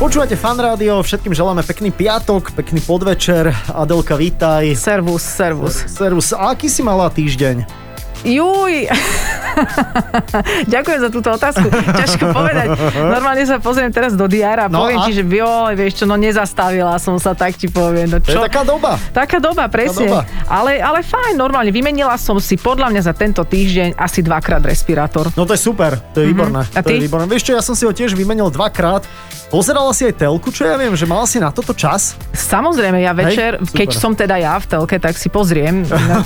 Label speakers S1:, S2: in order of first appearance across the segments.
S1: Počúvate fan rádio, všetkým želáme pekný piatok, pekný podvečer. Adelka, vítaj.
S2: Servus, servus.
S1: Servus, a aký si mala týždeň?
S2: Juj! Ďakujem za túto otázku. Ťažko povedať. Normálne sa pozriem teraz do diára a
S1: No
S2: poviem
S1: a?
S2: ti, že jo, vieš čo, no nezastavila som sa, tak ti poviem. No
S1: To je
S2: čo?
S1: taká doba.
S2: Taká doba, presne.
S1: doba.
S2: Ale, ale fajn, normálne. Vymenila som si podľa mňa za tento týždeň asi dvakrát respirátor.
S1: No to je super, to je výborné.
S2: Mhm. A
S1: To je
S2: ty?
S1: výborné. Vieš čo, ja som si ho tiež vymenil dvakrát. Pozerala si aj telku, čo ja viem, že mala si na toto čas.
S2: Samozrejme, ja večer,
S1: super.
S2: keď som teda ja v telke, tak si pozriem. No,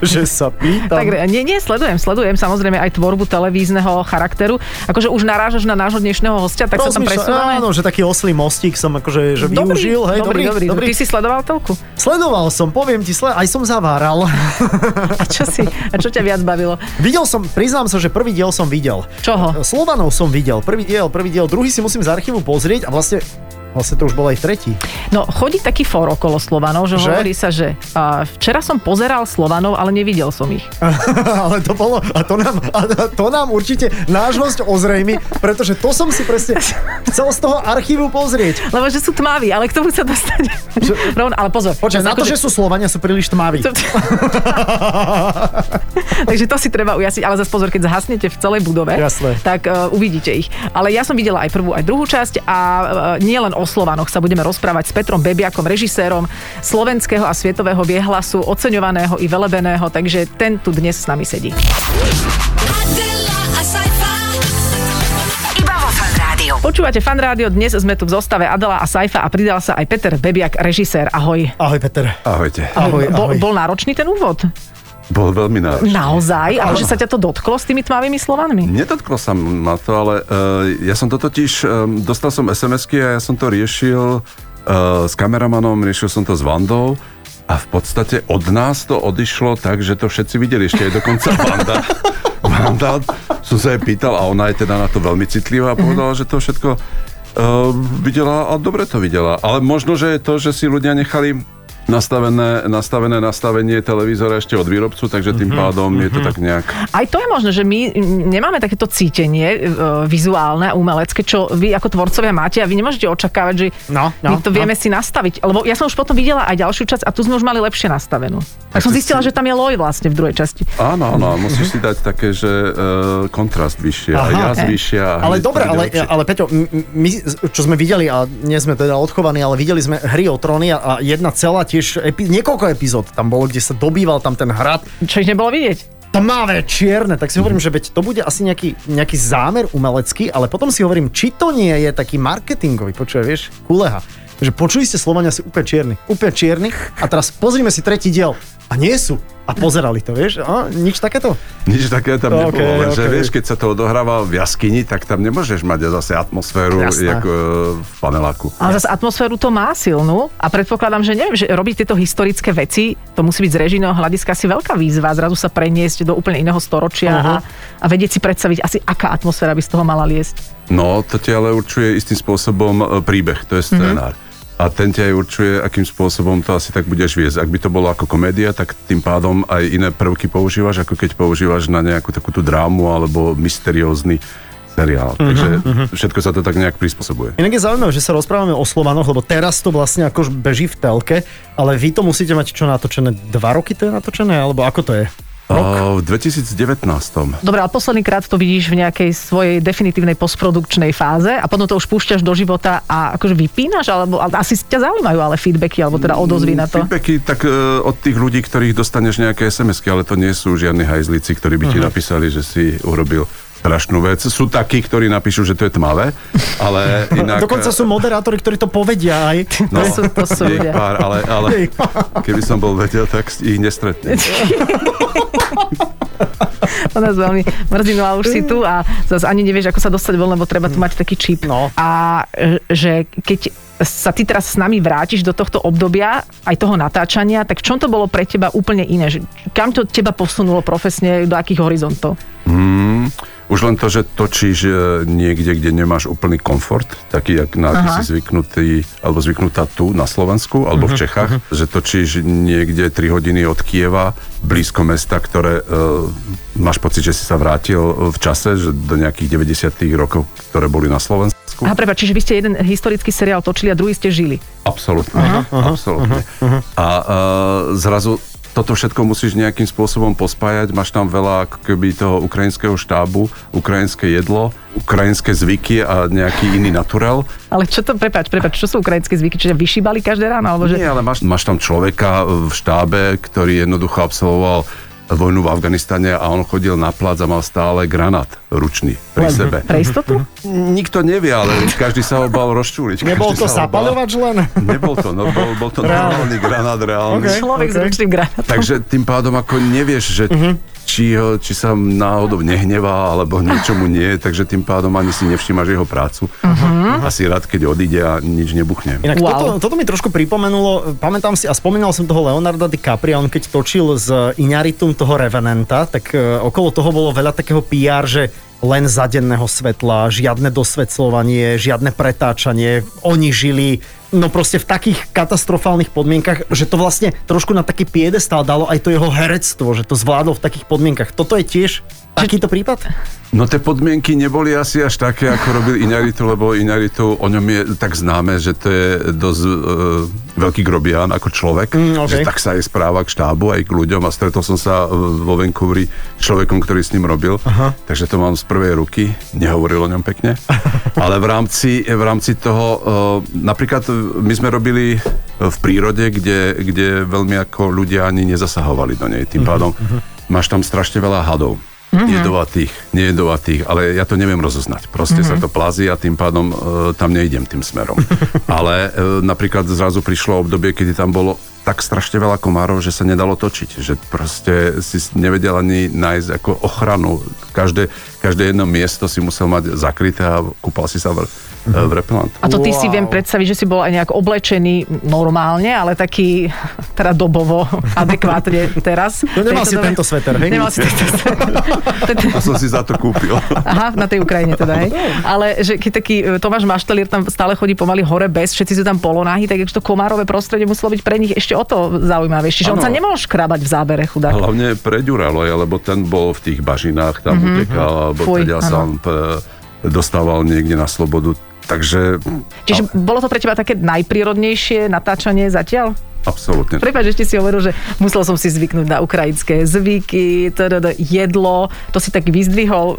S1: že sa pýtam.
S2: tak, nie, nie, sledujem, sledujem samozrejme aj tvorbu televízneho charakteru. Akože už narážaš na nášho dnešného hostia, tak sa tam
S1: Rozmýšľa-
S2: presúvame.
S1: Áno, že taký oslý mostík som akože že využil. hej,
S2: dobrý, dobrý, dobrý. Ty si sledoval telku?
S1: Sledoval som, poviem ti, sle- aj som zaváral.
S2: A čo si, a čo ťa viac bavilo?
S1: videl som, priznám sa, že prvý diel som videl.
S2: Čoho?
S1: Slovanov som videl, prvý diel, prvý diel, druhý si musím z archívu pozrieť a vlastne, vlastne to už bol aj tretí.
S2: No, chodí taký for okolo Slovanov,
S1: Že?
S2: že, že? hovorí sa, že a, včera som pozeral Slovanov, ale nevidel som ich.
S1: Ale to bolo, a to nám, a to nám určite náš host ozrejmi, pretože to som si presne chcel z toho archívu pozrieť.
S2: Lebo že sú tmaví, ale k tomu sa dostane. Rovno, ale pozor.
S1: Počkaj,
S2: zase
S1: na to,
S2: akože-
S1: že sú Slovania, sú príliš tmaví.
S2: To- Takže to si treba ujasniť, ale zase pozor, keď zhasnete v celej budove,
S1: Jasné.
S2: tak uh, uvidíte ich. Ale ja som videla aj prvú, aj druhú časť a uh, nielen o Slovanoch sa budeme rozprávať s Petrom Bebiakom, režisérom slovenského a svetového viehlasu, oceňovaného i velebeného, takže ten tu dnes s nami sedí.
S3: Adela, a Saifa.
S4: Iba vo Fan Rádiu.
S2: Počúvate fan rádio, dnes sme tu v zostave Adela a Saifa a pridal sa aj Peter Bebiak, režisér. Ahoj.
S1: Ahoj, Peter.
S5: Ahojte.
S1: Ahoj,
S2: Bol,
S1: ahoj.
S2: bol náročný ten úvod?
S5: Bol veľmi náročný.
S2: Naozaj? Ale že sa ťa to dotklo s tými tmavými slovanmi?
S5: Nedotklo sa ma to, ale uh, ja som to totiž, um, dostal som SMS-ky a ja som to riešil uh, s kameramanom, riešil som to s Vandou a v podstate od nás to odišlo tak, že to všetci videli, ešte aj dokonca Vanda. Vanda, som sa jej pýtal a ona je teda na to veľmi citlivá a povedala, že to všetko uh, videla a dobre to videla. Ale možno, že je to, že si ľudia nechali nastavené, nastavené nastavenie televízora ešte od výrobcu, takže tým pádom je to tak nejak...
S2: Aj to je možné, že my mm, nemáme takéto cítenie e, vizuálne a umelecké, čo vy ako tvorcovia máte a vy nemôžete očakávať, že
S1: No, no,
S2: my to
S1: no.
S2: vieme si nastaviť. Lebo ja som už potom videla aj ďalšiu časť a tu sme už mali lepšie nastavenú. Tak som
S5: to
S2: zistila,
S5: si-
S2: že tam je loj vlastne v druhej časti.
S5: Áno, áno, a musíš si dať také, že e, kontrast vyššie,
S1: Aha.
S5: Aha, jaz
S2: Hej.
S5: vyššia. a
S1: Ale
S5: hneď
S1: dobre,
S5: to ide
S1: ale,
S5: lepšie.
S1: ale Peťo, m- m- my, čo sme videli, a nie sme teda odchovaní, ale videli sme hry o tróny a, a jedna celá tiež, epi, niekoľko epizód tam bolo, kde sa dobýval tam ten hrad,
S2: Čo ich nebolo vidieť.
S1: tmavé, čierne, tak si hovorím, že veď to bude asi nejaký, nejaký zámer umelecký, ale potom si hovorím, či to nie je taký marketingový, počuje, vieš, kuleha. Že počuli ste Slovania si úplne čierny, úplne čierny a teraz pozrime si tretí diel a nie sú. A pozerali to, vieš, a nič takéto.
S5: Nič také tam nebolo,
S1: Okej,
S5: okay,
S1: okej.
S5: lenže okay. vieš, keď sa to odohráva v jaskyni, tak tam nemôžeš mať zase atmosféru
S1: Jasné.
S5: jak, e, v paneláku.
S2: Ale zase atmosféru to má silnú a predpokladám, že neviem, že robiť tieto historické veci, to musí byť z režijného hľadiska asi veľká výzva, zrazu sa preniesť do úplne iného storočia
S1: Aha.
S2: a, a vedieť si predstaviť asi, aká atmosféra by z toho mala liesť.
S5: No, to ti ale určuje istým spôsobom e, príbeh,
S1: Mhm.
S5: to je scénár. A ten ťa aj určuje, akým spôsobom to asi tak budeš viesť. Ak by to bolo ako komédia, tak tým pádom aj iné prvky používaš, ako keď používaš na nejakú takú tú drámu alebo mysteriózny seriál.
S1: Mhm,
S5: Takže všetko sa to tak nejak prispôsobuje.
S1: Inak je zaujímavé, že sa rozprávame o Slovanoch, lebo teraz to vlastne akož beží v telke, ale vy to musíte mať čo natočené? Dva roky to je natočené? Alebo ako to je?
S5: A, v 2019.
S2: Dobre, ale posledný krát to vidíš v nejakej svojej definitívnej postprodukčnej fáze a potom to už púšťaš do života a akože vypínaš, alebo ale asi ťa zaujímajú ale feedbacky, alebo teda odozvy na to.
S5: Feedbacky tak e, od tých ľudí, ktorých dostaneš nejaké SMS-ky, ale to nie sú žiadni hajzlici, ktorí by ti
S2: Mhm.
S5: napísali, že si urobil strašnú vec. Sú takí, ktorí napíšu, že to je tmavé, ale inak... e,
S1: Dokonca sú moderátori, ktorí to povedia aj.
S5: No,
S2: To sú- to sú
S5: je ich
S2: ľudia.
S5: pár, ale, ale
S1: Je ich
S5: keby som bol vedel, tak ich nestretnem.
S2: To nás veľmi mrzí, no a už si tu a zase ani nevieš, ako sa dostať von, lebo treba tu mať taký čip.
S1: No.
S2: A e, že keď sa ty teraz s nami vrátiš do tohto obdobia, aj toho natáčania, tak v čom to bolo pre teba úplne iné? Že kam to teba posunulo profesne, do akých horizontov?
S5: Už len to, že točíš e, niekde, kde nemáš úplný komfort, taký, jak na aký si zvyknutý, alebo zvyknutá tu na Slovensku, alebo v Čechách, že točíš niekde 3 hodiny od Kieva, blízko mesta, ktoré e, máš pocit, že si sa vrátil e, v čase, že do nejakých 90 rokov, ktoré boli na Slovensku.
S2: Aha, prepáč, čiže vy ste jeden historický seriál točili a druhý ste žili.
S5: Absolutne, absolútne. A e, zrazu toto všetko musíš nejakým spôsobom pospájať, máš tam veľa ako keby toho ukrajinského štábu, ukrajinské jedlo, ukrajinské zvyky a nejaký iný naturel.
S2: Ale čo to, prepáč, prepáč, čo sú ukrajinské zvyky? Čiže vyšíbali každé ráno? Alebo že...
S5: Nie, ale máš, máš tam človeka v štábe, ktorý jednoducho absolvoval vojnu v Afganistane a on chodil na plac a mal stále granát ručný pri sebe.
S2: Pre istotu?
S5: Nikto nevie, ale každý sa ho bal rozčúliť.
S1: Nebol
S5: každý
S1: to
S5: sa ho bal.
S1: zapaľovač len?
S5: Nebol to, no, bol, bol to normálny granát reálny.
S1: Ok.
S2: Človek s
S1: okay.
S2: ručným granátom.
S5: Takže tým pádom ako nevieš, že či, ho, či sa náhodou nehnevá, alebo niečo mu nie, takže tým pádom ani si nevšímaš jeho prácu. A si rád, keď odíde a nič nebuchne.
S1: Inak wow.
S2: Wow.
S1: toto, toto mi trošku pripomenulo, pamätám si a spomínal som toho Leonarda DiCapria, on keď točil z Inaritum toho Revenanta, tak e, okolo toho bolo veľa takého PR, že len za denného svetla, žiadne dosvetľovanie, žiadne pretáčanie, oni žili no proste v takých katastrofálnych podmienkach, že to vlastne trošku na taký piedestál dalo aj to jeho herectvo, že to zvládol v takých podmienkach. Toto je tiež takýto prípad?
S5: No tie podmienky neboli asi až také, ako robil Iñárritu, lebo Iñárritu, o ňom je tak známe, že to je dosť e, veľký grobián ako človek,
S1: Mm, ok.
S5: že tak sa aj správa k štábu, aj k ľuďom a stretol som sa e, vo Vancouveri s človekom, ktorý s ním robil, Aha. takže to mám z prvej ruky, nehovoril o ňom pekne, ale v rámci, v rámci toho, e, napríklad my sme robili e, v prírode, kde, kde veľmi ako ľudia ani nezasahovali do nej,
S1: Mhm,
S5: tým pádom máš tam strašne veľa hadov mm-hmm.
S2: Mhm.
S5: jedovatých, nejedovatých, ale ja to neviem rozoznať. Proste
S2: Mhm.
S5: mm-hmm. sa to plazí a tým pádom e, tam nejdem tým smerom. ale e, napríklad zrazu prišlo obdobie, kedy tam bolo tak strašne veľa komárov, že sa nedalo točiť. Že proste si nevedel ani nájsť ako ochranu. Každé, každé jedno miesto si musel mať zakryté a kúpal si sa v, mm-hmm. v repelantu.
S2: Mhm. A to ty si
S1: Wow.
S2: viem predstaviť, že si bol aj nejak oblečený normálne, ale taký teda dobovo adekvátne teraz.
S1: No nemal
S2: Tejto
S1: si tento sveter, hej?
S2: Nemal si tento sveter. Ten-
S5: To som si za to kúpil.
S2: Aha, na tej Ukrajine teda,
S1: No.
S2: hej. Ale že keď taký e, Tomáš Maštelier tam stále chodí pomaly hore bez, všetci sú tam polonáhy, tak to komárové prostredie muselo byť pre nich ešte o to zaujímavejšie, že on
S5: Áno.
S2: sa nemohol škrabať v zábere chudák.
S5: Hlavne pre Ďuraloja, lebo ten bol v tých bažinách, tam mm-hmm. utekal, alebo
S2: Mhm, Fuj,
S5: teda sa on p- dostával niekde na slobodu. Takže
S2: Čiže bolo to pre teba také najprírodnejšie natáčanie zatiaľ?
S5: absolútne.
S2: Prepač, ešte si hovoril, že musel som si zvyknúť na ukrajinské zvyky, tdd, jedlo, to si tak vyzdvihol,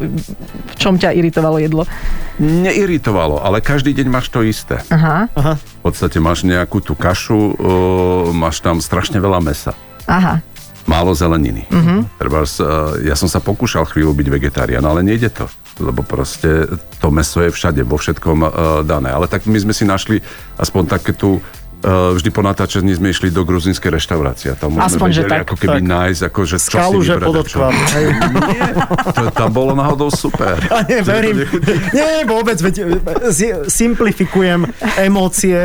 S2: v čom ťa iritovalo jedlo.
S5: Neiritovalo, ale každý deň máš to isté.
S2: Aha,
S5: V podstate máš nejakú tú kašu, o, máš tam strašne veľa mesa.
S2: aha.
S5: Málo zeleniny.
S1: Mhm.
S5: Mm-hmm. Treba, ja som sa pokúšal chvíľu byť vegetarián, ale nejde to. Lebo proste to meso je všade, vo všetkom e, dané. Ale tak my sme si našli aspoň také tú e, vždy po natáčení sme išli do gruzinskej reštaurácie. a Tam už
S2: Aspoň,
S5: sme
S2: že
S5: vedeli,
S2: tak,
S5: ako keby
S1: tak.
S5: nájsť, ako, že čo
S1: Skalu, že
S5: si vybrať a čo.
S1: podočvám. Hej.
S5: To, tam bolo náhodou super.
S1: A nie,
S5: Že to
S1: verím.
S5: nechutí.
S1: Nie, vôbec, veď, z- simplifikujem emócie.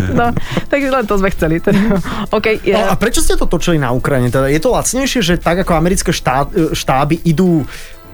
S2: No, tak len to sme chceli. Teda, OK,
S1: No, a
S2: ja,
S1: prečo ste to točili na Ukrajine? Teda je to lacnejšie, že tak ako americké štá, e, štáby idú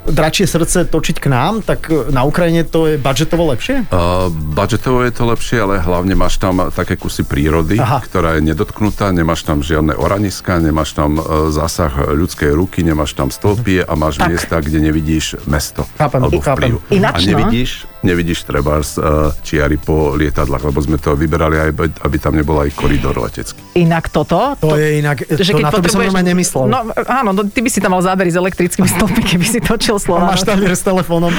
S1: dračie srdce točiť k nám, tak e, na Ukrajine to je budžetovo lepšie?
S5: Uh, budžetovo je to lepšie, ale hlavne máš tam také kusy prírody,
S1: Aha.
S5: Aha. ktorá je nedotknutá, nemáš tam žiadne oraniska, nemáš tam uh, zásah ľudskej ruky, nemáš tam stĺpie a máš
S2: Mhm. Tak.
S5: tak. miesta, kde nevidíš mesto
S1: Chápem,
S5: alebo
S1: chápem.
S5: vplyv.
S2: Ináč,
S5: a
S2: no.
S5: nevidíš, nevidíš trebárs uh, čiary po lietadlách, lebo sme to vyberali, aj, be- aby tam nebol aj koridor letecký.
S2: inak toto...
S1: To je inak, to na to by som normálne nemyslel.
S2: No áno, no, ty by si tam mal zábery s elektrickými stĺpmi, keby si točil slova.
S1: Máš tam s telefónom.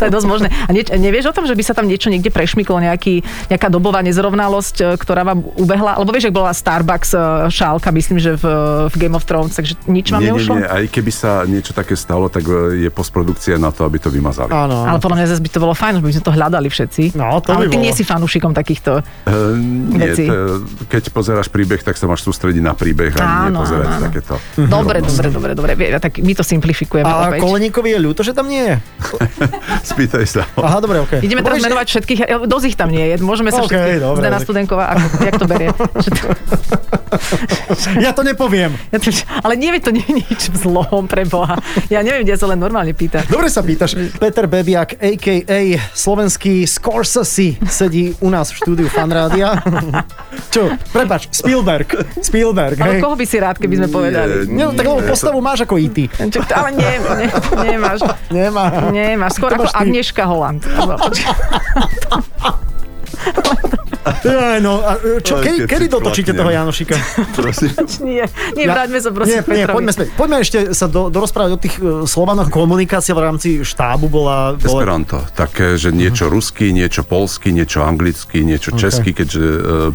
S2: to je dosť možné. A nieč, nevieš o tom, že by sa tam niečo niekde prešmyklo, nejaký, nejaká dobová nezrovnalosť, e, ktorá vám ubehla? Lebo vieš, ak bola Starbucks e, šálka, myslím, že v, v Game of Thrones, takže nič vám
S5: nie, nie,
S2: neušlo?
S5: nie, aj keby sa niečo také stalo, tak e, je postprodukcia na to, aby to vymazali.
S1: Áno.
S2: Ale podľa mňa zase by to bolo fajn, že by sme to hľadali všetci.
S1: No, to by
S2: Ale ty
S1: bolo.
S2: nie si fanúšikom takýchto.
S5: Eh, nie,
S2: Veci.
S5: to, keď pozeráš príbeh, tak sa máš sústrediť na príbeh a nie
S2: Áno,
S5: pozerať
S2: áno, áno.
S5: takéto.
S2: Dobre, dobre, dobre, dobre. vie- Tak my to simplifikujeme
S1: A
S2: opäť.
S1: Koleníkovi je ľúto, že tam nie je?
S5: Spýtaj sa. ho.
S1: Aha, dobre, okej.
S2: Ideme
S1: Dobre,
S2: teraz
S1: že-
S2: menovať všetkých, e, dosť ich tam nie je, môžeme
S1: OK,
S2: sa všetkých,
S1: dobre,
S2: Zdena
S1: tak-
S2: Studenková, ako, jak to berie. Že to-
S1: Ja to nepoviem.
S2: Ja to, ale nie, veď to nie je nič zlom pre Boha. Ja neviem, ja sa len normálne pýtam.
S1: Dobre sa pýtaš. Peter Bebiak, a.k.a. slovenský Scorsese, sedí u nás v štúdiu Fanrádia. Čo? Prepač, Spielberg. Spielberg,
S2: Ale
S1: hej.
S2: koho by si rád, keby sme povedali?
S1: Nie, no, tak lebo postavu máš ako IT.
S2: Čo, ale nie, nie, nemáš.
S1: Nemá.
S2: Nemáš, skôr
S1: To
S2: ako
S1: máš ty.
S2: Agneška Holland.
S1: Aj, no, a čo,
S5: Ale
S1: kedy,
S5: keď
S1: kedy
S5: si
S1: dotočíte
S5: klaknem.
S1: toho Janošika?
S5: Prosím.
S2: Nie, nie,
S1: Ja-
S2: vráťme sa
S1: nie,
S2: prosím. k
S1: nie,
S2: Petrovi.
S1: poďme, späť. poďme ešte sa do, dorozprávať o tých uh, Slovanoch. Komunikácia v rámci štábu bola... bola
S5: Esperanto, také, že
S1: Mhm.
S5: niečo ruský, niečo polský, niečo anglický, niečo český, keďže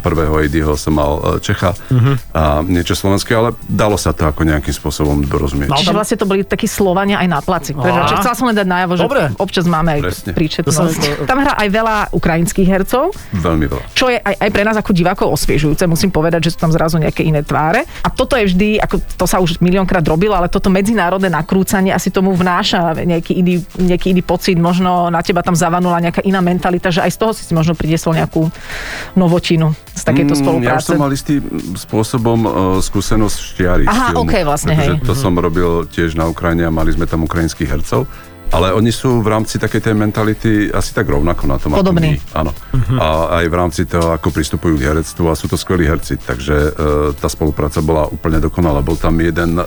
S5: e, prvého Eddieho som mal e, Čecha
S1: Mhm.
S5: a niečo slovenské, ale dalo sa to ako nejakým spôsobom dorozumieť.
S1: No.
S2: Čiže vlastne to boli takí Slovania aj na placi.
S1: Á.
S2: Takže chcela som len dať najavo, že
S1: Dobre.
S2: občas máme aj
S5: Presne.
S1: To
S2: príčetnosť.
S1: som-
S2: Tam hrá aj veľa ukrajinských hercov,
S5: Veľmi veľa.
S2: čo je aj, aj pre nás ako divákov osviežujúce. Musím povedať, že sú tam zrazu nejaké iné tváre. A toto je vždy, ako to sa už miliónkrát robilo, ale toto medzinárodné nakrúcanie asi tomu vnáša nejaký iný, nejaký iný pocit, možno na teba tam zavanula nejaká iná mentalita, že aj z toho si si možno priniesol nejakú novotinu z takéto
S5: Mm, Ja už
S2: spolupráce.
S5: som mal istý mm, spôsobom uh, skúsenosť štiari.
S2: Aha, ok, vlastne, hej.
S5: To som robil tiež na Ukrajine a mali sme tam ukrajinských hercov. Ale oni sú v rámci takej tej mentality asi tak rovnako na tom. ako
S2: Podobní.
S5: my, Áno. A aj v rámci toho, ako pristupujú k herectvu a sú to skvelí herci. Takže e, tá spolupráca bola úplne dokonalá. Bol tam jeden e,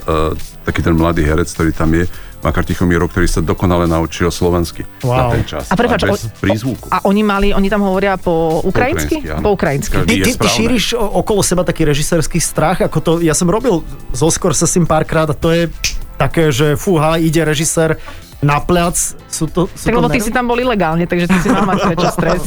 S5: taký ten mladý herec, ktorý tam je, Makar Tichomírov, ktorý sa dokonale naučil slovensky
S1: Wow.
S5: na ten čas.
S2: A prepáč,
S5: bez
S2: o-
S5: prízvuku.
S2: A oni mali, oni tam hovoria po ukrajinsky?
S5: áno.
S2: Po ukrajinsky.
S5: Každý
S1: Ty,
S5: je
S1: ty, ty
S5: správne.
S1: šíriš o- okolo seba taký režisérsky strach, ako to, ja som robil so Scorsesim párkrát a to je také, že fúha, ide režisér na plac, sú to... Sú
S2: Tak
S1: to
S2: lebo ty
S1: nervy?
S2: si tam bol ilegálne, takže ty si mal mať väčší stres.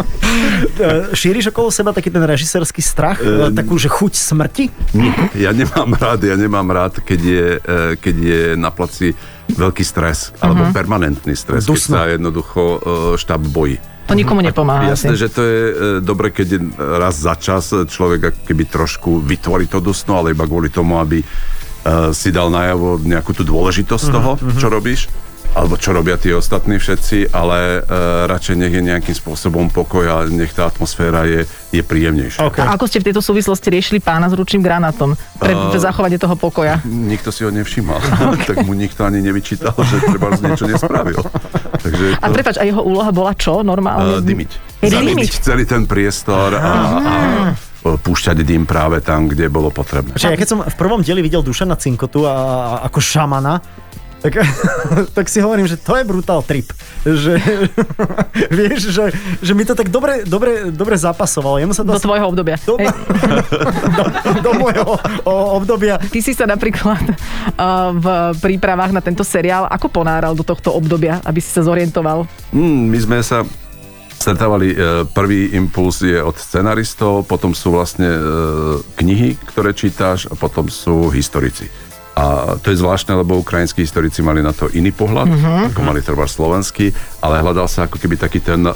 S1: E, Šíriš okolo seba taký ten režisérsky strach, e, takú, že chuť smrti?
S5: Nie, ja nemám rád, ja nemám rád, keď je, eh, keď je na placi veľký stres, alebo permanentný stres, keď
S1: Dusno.
S5: sa jednoducho eh, štáb bojí.
S2: To nikomu nepomáha.
S5: Jasné,
S2: asi.
S5: že to je eh, dobre, keď je raz za čas eh, človek ako keby trošku vytvorí to dusno, ale iba kvôli tomu, aby eh, si dal najavo nejakú tú dôležitosť toho, čo robíš, alebo čo robia tí ostatní všetci, ale eh, radšej nech je nejakým spôsobom pokoj a nech tá atmosféra je, je príjemnejšia.
S2: A ako ste v tejto súvislosti riešili pána s ručným granátom pre
S5: Eh,
S2: pre zachovanie toho pokoja?
S5: Nikto si ho nevšimal, tak mu nikto ani nevyčítal, že treba z niečo nespravil. Takže
S2: A
S5: to,
S2: prepač, a jeho úloha bola čo
S5: uh,
S2: normálne?
S5: dymiť.
S2: Dymiť.
S5: Zadymiť celý ten priestor a, a púšťať dym práve tam, kde bolo potrebné.
S1: Čiže ja keď som v prvom dieli videl Dušana Cinkotu a, a ako šamana, tak, tak si hovorím, že to je brutál trip. Že, vieš, že, že mi to tak dobre, dobre, dobre zapasovalo. Jemu sa to
S2: Do tvojho obdobia.
S1: do,
S2: Hej.
S1: do, do môjho o, obdobia.
S2: Ty si sa napríklad uh, v prípravách na tento seriál ako ponáral do tohto obdobia, aby si sa zorientoval?
S5: Mm, my sme sa stretávali, e, prvý impuls je od scenaristov, potom sú vlastne e, knihy, ktoré čítáš a potom sú historici. A to je zvláštne, lebo ukrajinskí historici mali na to iný pohľad, ako mali treba slovenský, ale hľadal sa ako keby taký ten e,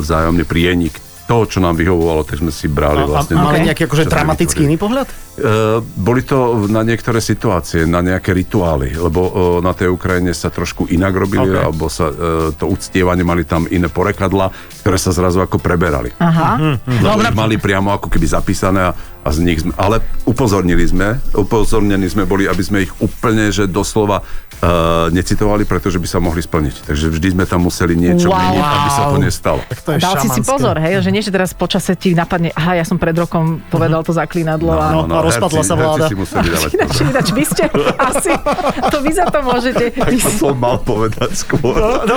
S5: vzájomný prienik toho, čo nám vyhovovalo, tak sme si brali
S1: A, a,
S5: vlastne...
S1: mali
S2: Ok.
S1: nejaký akože
S5: čo sme
S1: dramatický
S5: vytvorili.
S1: iný pohľad?
S5: E, boli to na niektoré situácie, na nejaké rituály, lebo e, na tej Ukrajine sa trošku inak
S1: Ok.
S5: robili, okay. alebo sa e, to uctievanie mali tam iné porekadla, ktoré sa zrazu ako preberali.
S2: Aha.
S5: Lebo ich mali priamo ako keby zapísané a, a z nich sme, ale upozornili sme, upozornení sme boli, aby sme ich úplne, že doslova e, necitovali, pretože by sa mohli splniť. Takže vždy sme tam museli niečo
S2: Wow.
S5: meniť, aby sa to nestalo.
S1: Tak to je
S2: Dal si si
S1: šamanské.
S2: pozor, hej, že nie, že teraz počasie ti napadne, aha, ja som pred rokom povedal to zaklinadlo a
S1: Mhm. no, a rozpadla sa vláda.
S5: Herci si museli dávať
S2: Ináč,
S5: pozor.
S2: ináč vy ste asi, to vy za to môžete. Vy
S5: To
S2: ste-
S5: som mal povedať skôr.
S1: No, no,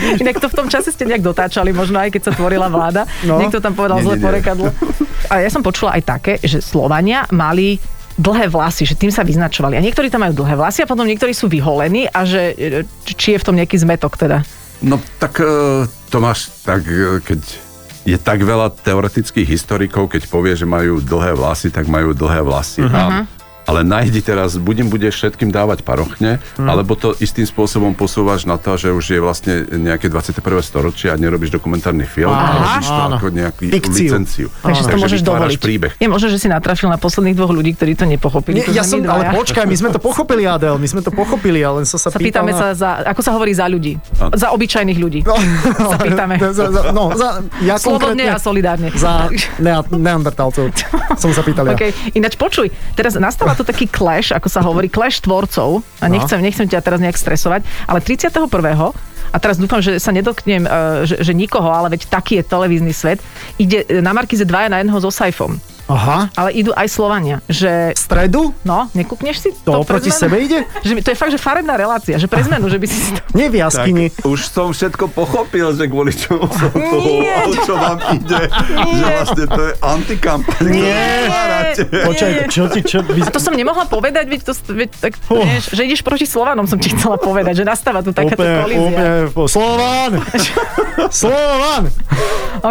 S1: vidíš,
S2: Inak to v tom čase ste nejak dotáčali, možno aj keď sa tvorila vláda.
S1: No.
S2: No. Niekto tam povedal
S5: Nie,
S2: zle
S5: nie, nie.
S2: porekadlo. A ja som počula aj také, že Slovania mali dlhé vlasy, že tým sa vyznačovali. A niektorí tam majú dlhé vlasy a potom niektorí sú vyholení a že e, č- či je v tom nejaký zmetok teda.
S5: No tak e, to máš tak, e, keď je tak
S2: Mhm.
S5: veľa teoretických historikov, keď povie, že majú dlhé vlasy, tak majú dlhé vlasy. Uh-huh. A ale najdi teraz, budem bude všetkým dávať parochne,
S2: Mhm.
S5: mm. alebo to istým spôsobom posúvaš na to, že už je vlastne nejaké 21. storočie a nerobíš dokumentárny film,
S2: Aha.
S5: ale robíš to
S1: Áno.
S5: ako nejaký
S1: Fikciu.
S5: licenciu.
S2: Takže si to môžeš
S5: vytváraš
S2: dovoliť.
S5: príbeh.
S2: Je možné, že si natrafil na posledných dvoch ľudí, ktorí to nepochopili.
S1: Nie,
S2: to
S1: ja som,
S2: sme my
S1: ale
S2: dvaja.
S1: počkaj, my sme to pochopili, Adel, my sme to pochopili, ale len som sa,
S2: sa pýtame
S1: pýtal na...
S2: sa za, ako sa hovorí za ľudí.
S5: Áno.
S2: Za obyčajných ľudí.
S1: No,
S2: sa pýtame.
S1: za, za, no, za, ja konkrétne
S2: Slobodne a solidárne.
S1: za nea, neandertálcov som sa pýtal ja.
S2: Okay. Ináč počuj, teraz nastáva tu taký clash, ako sa hovorí, clash tvorcov. A
S1: No.
S2: nechcem, nechcem ťa teraz nejak stresovať, ale 31. A teraz dúfam, že sa nedotknem, eh, že, že nikoho, ale veď taký je televízny svet. Ide eh, na Markize dvaja na jedného so Saifom.
S1: Aha,
S2: Ale idú aj Slovania,
S1: v
S2: že...
S1: stredu?
S2: No, nekúkneš si
S1: To
S2: pre
S1: oproti
S2: zmenu?
S1: sebe ide?
S2: Že, to je fakt, že farebná relácia, že pre zmenu, že by si si to...
S1: Nie v
S5: Tak,
S1: jaskyni.
S5: už som všetko pochopil, že kvôli čomu som to
S2: Nie.
S5: o čo vám ide. Že vlastne to je antikampaň. ktorú vytvárate.
S1: Počkaj, čo ti, čo... Vy...
S2: A to som nemohla povedať, veď to, veď, tak, vieš, že ideš proti Slovanom, som ti chcela povedať, že nastáva tu takáto kolízia.
S1: úplne, Slovan! Slovan!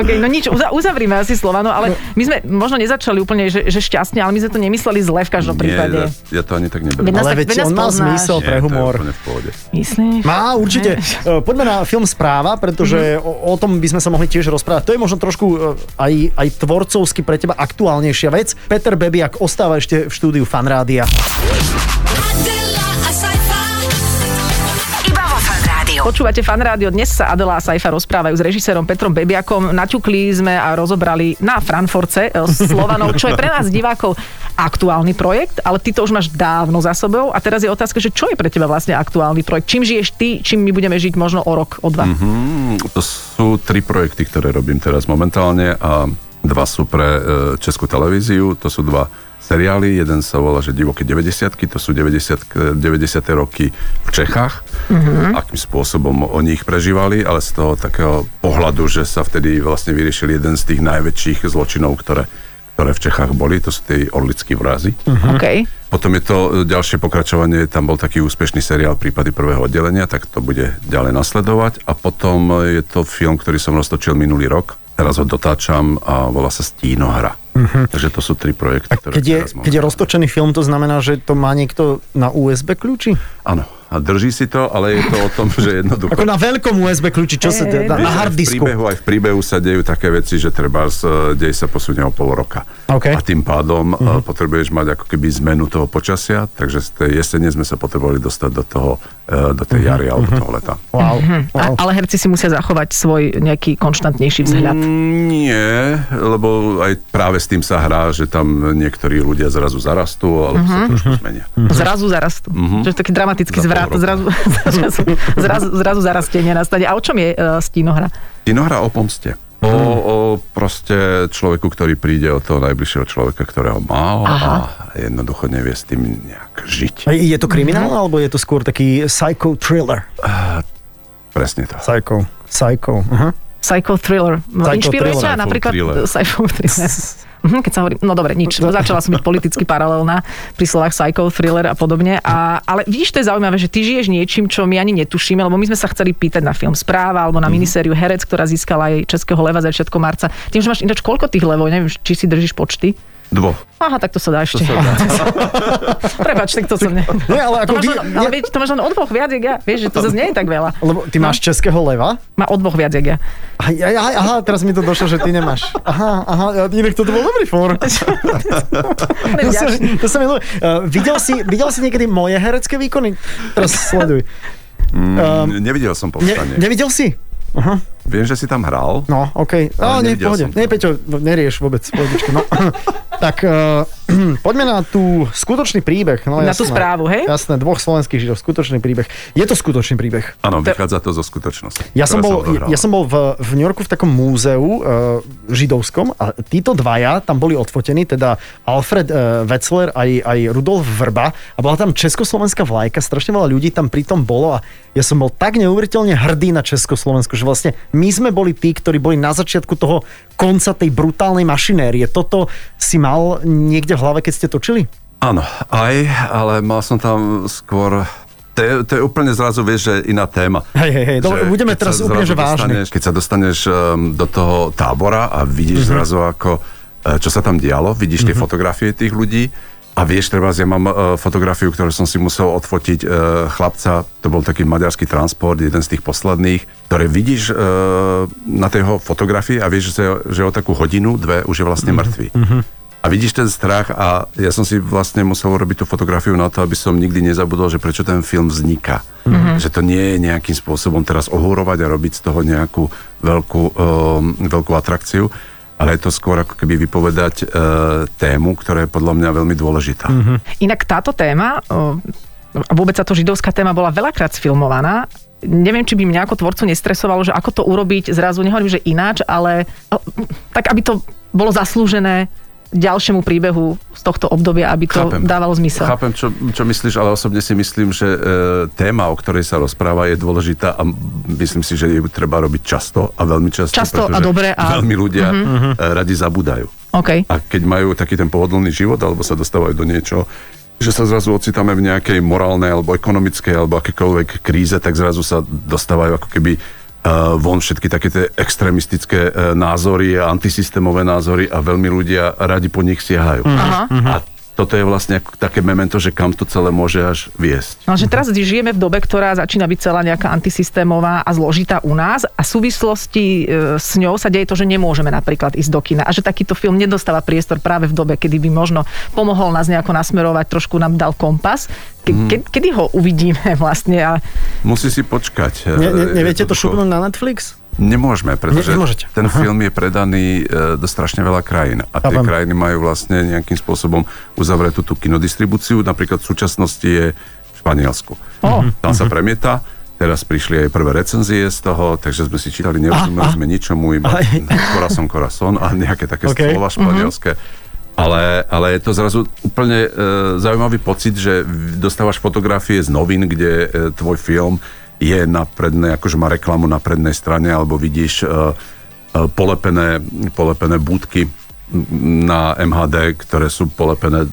S2: OK, no nič, uza- uzavrime asi Slovano, ale my sme možno nezačali úplne, že, že šťastne, ale my sme to nemysleli zle No, v každom
S5: Nie,
S2: prípade.
S5: ja to ani tak
S2: Veď
S5: neberiem.
S2: nás
S1: Ale
S2: tak-
S1: veď
S2: veď nás
S1: on má
S2: poznáš.
S1: zmysel
S5: Nie,
S1: pre
S5: to je
S1: humor.
S5: úplne v pohode.
S2: Myslíš?
S1: Má, určite.
S2: Ne. Mhm.
S1: E, Poďme na film Správa, pretože mm-hmm. o, o tom by sme sa mohli tiež rozprávať. To je možno trošku e, aj, aj tvorcovsky pre teba aktuálnejšia vec. Peter Bebiak ostáva ešte v štúdiu Fanrádia.
S3: Adela, a sci-fi.
S4: Iba vo Fan Rádiu.
S2: Počúvate fan rádio, dnes sa Adela a Saifa rozprávajú s režisérom Petrom Bebiakom. Naťukli sme a rozobrali na Franforce e, Slovanov, čo je pre nás divákov aktuálny projekt, ale ty to už máš dávno za sebou a teraz je otázka, že čo je pre teba vlastne aktuálny projekt? Čím žiješ ty, čím my budeme žiť možno o rok, o dva? Mm-hmm.
S5: Mm, to sú tri projekty, ktoré robím teraz momentálne a dva sú pre e, Českú televíziu, to sú dva seriály, jeden sa volá, že divoké 90 to sú 90, 90. roky v Čechách, mm-hmm. akým spôsobom o nich prežívali, ale z toho takého pohľadu, že sa vtedy vlastne vyriešil jeden z tých najväčších zločinov, ktoré, ktoré v Čechách boli, to sú tie orlické vrazy.
S2: Okay.
S5: Potom je to e, ďalšie pokračovanie, tam bol taký úspešný seriál Prípady prvého oddelenia, tak to bude ďalej nasledovať. A potom e, je to film, ktorý som roztočil minulý rok, teraz ho dotáčam a volá sa Stínohra. Uh-huh. Takže to sú tri projekty, ktoré
S1: Mhm. Keď je,
S5: teraz mám.
S1: keď je roztočený film, to znamená, že to má niekto na USB kľúči?
S5: Áno, a drží si to, ale je to o tom, že jednoducho...
S1: Ako na veľkom USB kľúči, čo sa dá
S5: Vieš,
S1: na
S5: aj
S1: hard
S5: v
S1: disku.
S5: príbehu, aj v príbehu sa dejú také veci, že treba e, dej sa posunie o pol roka.
S1: OK. Mhm.
S5: A tým pádom uh potrebuješ mať ako keby zmenu toho počasia, takže z tej jesene sme sa potrebovali dostať do toho, e, do tej
S1: Mhm.
S5: jary alebo toho leta.
S1: Wow. wow.
S2: A, ale herci si musia zachovať svoj nejaký konštantnejší vzhľad.
S5: Mm, Nie, lebo aj práve s tým sa hrá, že tam niektorí ľudia zrazu zarastú alebo
S1: Mhm.
S5: sa trošku zmenia.
S2: Zrazu zarastu. Mm-hmm. Čo je taký dramatický
S5: Za pol
S2: zvrat.
S5: roka.
S2: Zrazu, zrazu, zrazu, zrazu zarastenie nastane. A o čom je uh, stínohra?
S5: Kinohra o pomste. O, o proste človeku, ktorý príde od toho najbližšieho človeka, ktorého mal
S2: Aha.
S5: a jednoducho nevie s tým nejak
S1: A
S5: žiť.
S1: Je to kriminál,
S2: Mhm.
S1: alebo je to skôr taký psycho thriller?
S5: Presne to.
S1: Psycho. Psycho. Aha.
S2: Psycho thriller. No,
S1: Psycho
S2: Inšpiruje
S1: thriller.
S2: ťa napríklad
S5: Thriller.
S2: psycho thriller. Mhm, Keď sa hovorí, no dobre, nič. Začala som byť politicky paralelná pri slovách psycho thriller a podobne. A, ale vidíš, to je zaujímavé, že ty žiješ niečím, čo my ani netušíme, lebo my sme sa chceli pýtať na film Správa alebo na minisériu Herec, ktorá získala aj Českého leva začiatkom marca. Tým, že máš ináč koľko tých levov, neviem, či si držíš počty.
S5: Dvo.
S2: Aha, tak to sa dá ešte. Prepač, tak to som ne...
S1: Nie, ale
S2: To
S1: ako...
S2: máš,
S1: Vy,
S2: len, ale vieš, to máš len o dvoch viac, jak ja. Vieš, že to zase nie je tak veľa.
S1: lebo ty máš českého leva?
S2: Má o dvoch viac, jak ja.
S1: Aj, aj, aj, aha, teraz mi to došlo, že ty nemáš. Aha, aha, ja- inak toto bol dobrý for. To sa,
S2: Nevďačný.
S1: to sa mi ľúbi. Uh, videl, si, videl si niekedy moje herecké výkony? Teraz sleduj. Um,
S5: Um, Nevidel som
S1: ne,
S5: povstanie. Ne, ne...
S1: nevidel si?
S5: Viem, že si tam hral.
S1: No, OK. No,
S5: Ale
S1: nie,
S5: nevidel
S1: pohode.
S5: som to.
S1: Nie, Peťo, no, nerieš vôbec. Pohodičky, no. tak uh, poďme na tú skutočný príbeh. No,
S2: Na tú
S1: jasné.
S2: správu, hej?
S1: Jasné, dvoch slovenských židov. Skutočný príbeh. Je to skutočný príbeh.
S5: Áno, vychádza to zo skutočnosti.
S1: Ja som,
S5: ktorá sa
S1: bol,
S5: odohrala.
S1: ja som bol v, v New Yorku v takom múzeu e, židovskom a títo dvaja tam boli odfotení, teda Alfred e, Wetzler aj, aj Rudolf Vrba a bola tam československá vlajka, strašne veľa ľudí tam pritom bolo a ja som bol tak neuveriteľne hrdý na Československo, že vlastne my sme boli tí, ktorí boli na začiatku toho konca tej brutálnej mašinérie. Toto si mal niekde v hlave, keď ste točili?
S5: Áno, aj, ale mal som tam skôr... To je, to je úplne zrazu, vieš, že iná téma.
S1: Hej, hej, hej, dobre,
S5: Že
S1: budeme
S5: keď
S1: teraz
S5: sa
S1: úplne,
S5: zrazu
S1: že vážne.
S5: dostaneš- Keď sa dostaneš um, do toho
S1: Mhm.
S5: tábora a vidíš mm-hmm. zrazu ako, e, čo sa tam dialo, vidíš mm-hmm. tie fotografie tých ľudí, A vieš, treba, ja mám e, fotografiu, ktorú som si musel odfotiť e, chlapca, to bol taký maďarský transport, jeden z tých posledných, ktoré vidíš e, na tej ho- fotografii a vieš, že, že o takú hodinu, dve už je vlastne
S1: Mhm.
S5: mŕtvy. A vidíš ten strach a ja som si vlastne musel urobiť tú fotografiu na to, aby som nikdy nezabudol, že prečo ten film vzniká.
S2: Mhm.
S5: Mm-hmm. Že to nie je nejakým spôsobom teraz ohúrovať a robiť z toho nejakú veľkú, um, veľkú atrakciu, ale je to skôr ako keby vypovedať uh, tému, ktorá je podľa mňa veľmi dôležitá.
S2: Mhm.
S5: Mm-hmm.
S2: Inak táto téma, o, a vôbec táto židovská téma bola veľakrát sfilmovaná. Neviem, či by mňa ako tvorcu nestresovalo, že ako to urobiť zrazu, nehovorím, že ináč, ale ale, tak, aby to bolo zaslúžené ďalšiemu príbehu z tohto obdobia, aby to
S5: Chápem.
S2: dávalo zmysel.
S5: Chápem, čo, čo myslíš, ale osobne si myslím, že e, téma, o ktorej sa rozpráva, je dôležitá a m- myslím si, že ju treba robiť často a veľmi často.
S2: Často a
S5: pretože
S2: dobre a- Mhm.
S5: Veľmi ľudia uh-huh. radi zabúdajú.
S2: OK.
S5: A keď majú taký ten pohodlný život, alebo sa dostávajú do niečo, že sa zrazu ocitáme v nejakej morálnej, alebo ekonomickej, alebo akékoľvek kríze, tak zrazu sa dostávajú ako keby uh, von všetky také tie extrémistické uh, názory a antisystémové názory a veľmi ľudia radi po nich siahajú.
S1: Mhm.
S2: Aha.
S5: A toto je vlastne ako také memento, že kam to celé môže až viesť.
S2: No, že teraz žijeme v dobe, ktorá začína byť celá nejaká antisystémová a zložitá u nás a v súvislosti e, s ňou sa deje to, že nemôžeme napríklad ísť do kina a že takýto film nedostáva priestor práve v dobe, kedy by možno pomohol nás nejako nasmerovať, trošku nám dal kompas. Ke,
S5: Mhm.
S2: ke, kedy ho uvidíme vlastne a
S5: Musí si počkať.
S1: Ne, ne,
S5: eh,
S1: neviete to
S5: jednoducho.
S1: šupnúť na Netflix?
S5: Nemôžeme, pretože
S1: Ne- nemôžete.
S5: ten film je predaný e, do strašne veľa krajín. A tie
S1: Chápem.
S5: krajiny majú vlastne nejakým spôsobom uzavretú tú kinodistribúciu. Napríklad v súčasnosti je v Španielsku.
S2: O.
S5: Tam sa premieta. Teraz prišli aj prvé recenzie z toho, takže sme si čítali, nerozumeli sme ničomu,
S1: Aj.
S5: iba Corazon Corazon a nejaké také
S1: Ok.
S5: okay. slova
S2: Mhm.
S5: španielské. Ale, ale je to zrazu úplne e, zaujímavý pocit, že v- dostávaš fotografie z novín, kde e, tvoj film je na prednej, akože má reklamu na prednej strane, alebo vidíš e, e, polepené, polepené búdky m, na MHD, ktoré sú polepené e,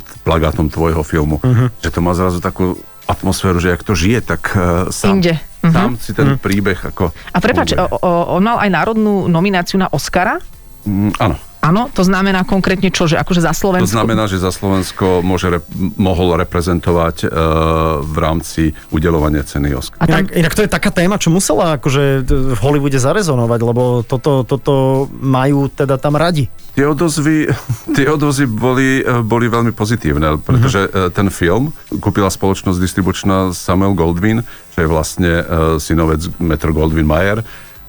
S5: t- plagátom tvojho filmu.
S2: Mhm.
S5: Že to má zrazu takú atmosféru, že ak to žije, tak e, sám,
S2: Inde. Mhm.
S5: sám si ten príbeh ako...
S2: A prepáč, o,
S5: objaví.
S2: o, on mal aj národnú nomináciu na Oscara.
S5: Mm, áno.
S2: Áno, to znamená konkrétne čo, že akože za
S5: To
S2: Slovensko.
S5: znamená, že za Slovensko môže rep- mohol reprezentovať e, v rámci udelovania ceny Oscar.
S2: A tam,
S1: Inak, inak to je taká téma, čo musela akože t- v Hollywoode zarezonovať, lebo toto, toto majú teda tam radi.
S5: Tie odozvy, tie odozvy boli, e, boli veľmi pozitívne, pretože e, ten film kúpila spoločnosť distribučná Samuel Goldwyn, čo je vlastne e, synovec Metro Goldwyn Mayer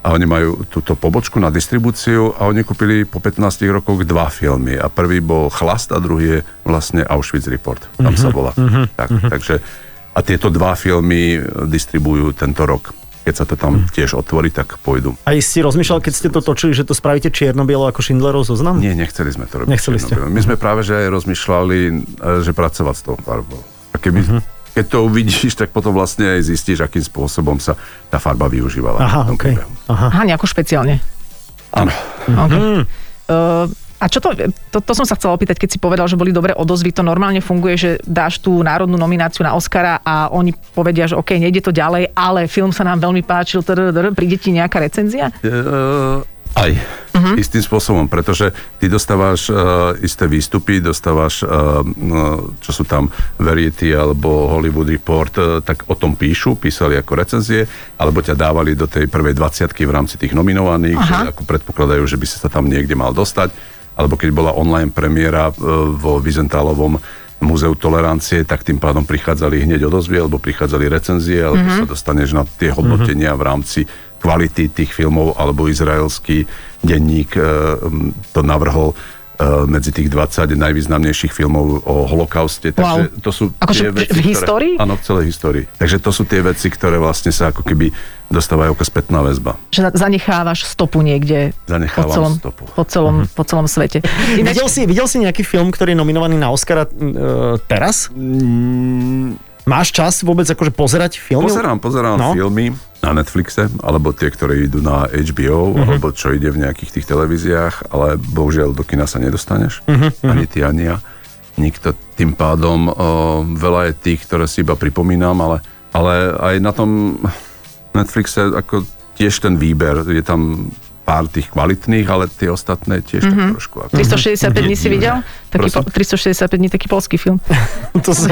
S5: a oni majú túto pobočku na distribúciu a oni kúpili po 15 rokoch dva filmy a prvý bol Chlast a druhý je vlastne Auschwitz Report, tam sa volá. Tak, takže, a tieto dva filmy e, distribujú tento rok. Keď sa to tam tiež otvorí, tak pôjdu.
S1: A si rozmýšľal, keď ste to točili, že to spravíte čierno-bielo ako Schindlerov zoznam?
S5: Nie, nechceli sme to robiť.
S1: Nechceli ste.
S5: čierno-bielo. My sme práve že aj rozmýšľali, e, že pracovať s tou farbou. A keby,
S1: Mhm.
S5: keď to uvidíš, tak potom vlastne aj zistíš, akým spôsobom sa tá farba využívala.
S1: Aha,
S5: v tom
S1: okej.
S5: príbehu.
S1: Aha.
S2: aha, nejako špeciálne.
S5: Áno.
S2: Okay.
S5: Mhm.
S2: Uh, a čo to, to, to som sa chcela opýtať, keď si povedal, že boli dobré odozvy, to normálne funguje, že dáš tú národnú nomináciu na Oscara a oni povedia, že OK, nejde to ďalej, ale film sa nám veľmi páčil, tr, tr, príde ti nejaká recenzia?
S5: E, aj. Istým spôsobom, pretože ty dostávaš e, isté výstupy, dostávaš, e, no, čo sú tam Variety alebo Hollywood Report, e, tak o tom píšu, písali ako recenzie, alebo ťa dávali do tej prvej 20 v rámci tých nominovaných,
S2: Aha.
S5: že ako predpokladajú, že by si sa tam niekde mal dostať, alebo keď bola online premiéra e, vo Vizentálovom múzeu tolerancie, tak tým pádom prichádzali hneď odozvy, alebo prichádzali recenzie, alebo
S2: Mhm.
S5: mm-hmm. sa dostaneš na tie hodnotenia v rámci kvality tých filmov, alebo izraelský denník e, m, to navrhol e, medzi tých 20 najvýznamnejších filmov o holokauste. Takže
S2: Wow.
S5: to sú
S2: Akože v- v histórii?
S5: Ktoré, áno, v celej histórii. Takže to sú tie veci, ktoré vlastne sa ako keby dostávajú ako spätná väzba.
S2: Že za- zanechávaš stopu niekde
S5: Zanechávam
S2: po celom,
S5: stopu. Mhm.
S2: Po celom, po celom svete. Ináč,
S1: Videl si, videl si nejaký film, ktorý je nominovaný na Oscara e, teraz? Máš čas vôbec akože pozerať filmy?
S5: Mm. Pozerám, pozerám
S1: No.
S5: no. filmy na Netflixe, alebo tie, ktoré idú na
S1: Mhm.
S5: HBO, mm-hmm. alebo čo ide v nejakých tých televíziách, ale bohužiaľ do kina sa nedostaneš,
S1: Mhm,
S5: mm-hmm. ani ty, ani ja. Nikto tým pádom, o, veľa je tých, ktoré si iba pripomínam, ale, ale aj na tom Netflixe ako tiež ten výber, je tam pár tých kvalitných, ale tie ostatné
S1: Mhm.
S5: tiež mm-hmm. tak trošku. Ako
S2: 365 dní si videl? Taký po,
S5: Prosím?
S2: 365 dní taký polský film.
S1: To som,